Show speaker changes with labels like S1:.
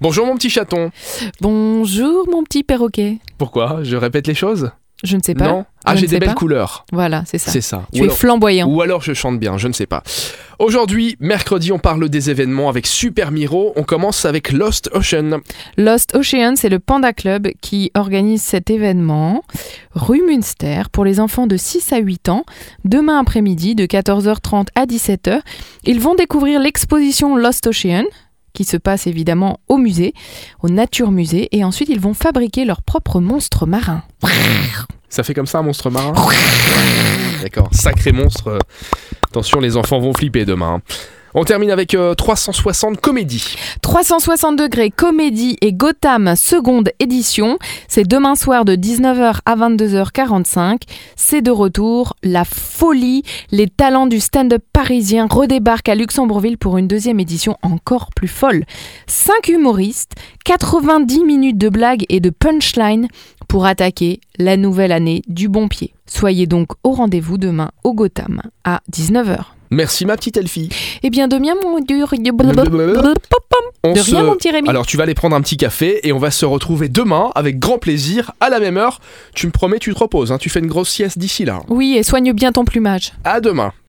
S1: Bonjour mon petit chaton.
S2: Bonjour mon petit perroquet.
S1: Pourquoi Je répète les choses
S2: Je ne sais pas.
S1: Non Ah,
S2: Je
S1: j'ai
S2: ne
S1: des
S2: sais
S1: belles
S2: pas.
S1: couleurs.
S2: Voilà, c'est ça.
S1: C'est ça.
S2: Tu
S1: Ou
S2: es
S1: alors-
S2: flamboyant.
S1: Ou alors je chante bien, je ne sais pas. Aujourd'hui, mercredi, on parle des événements avec Super Miro. On commence avec Lost Ocean.
S2: Lost Ocean, c'est le Panda Club qui organise cet événement rue Munster pour les enfants de 6 à 8 ans, demain après-midi de 14h30 à 17h. Ils vont découvrir l'exposition Lost Ocean qui se passe évidemment au musée, au Nature Musée, et ensuite ils vont fabriquer leur propre monstre marin.
S1: Ça fait comme ça un monstre marin D'accord, sacré monstre. Attention, les enfants vont flipper demain. hein. On termine avec euh, 360 comédies.
S2: 360 degrés, comédie et Gotham, seconde édition. C'est demain soir de 19h à 22h45. C'est de retour la folie. Les talents du stand-up parisien redébarquent à Luxembourgville pour une deuxième édition encore plus folle. 5 humoristes, 90 minutes de blagues et de punchlines pour attaquer la nouvelle année du bon pied. Soyez donc au rendez-vous demain au Gotham à 19h.
S1: Merci ma petite Elfie.
S2: Eh bien, demain, mon dur.
S1: On
S2: De
S1: se-
S2: rien, mon petit Rémi.
S1: Alors tu vas aller prendre un petit café et on va se retrouver demain avec grand plaisir à la même heure. Tu me promets, tu te reposes. hein. Tu fais une grosse sieste d'ici là.
S2: Oui, et soigne bien ton plumage.
S1: À demain.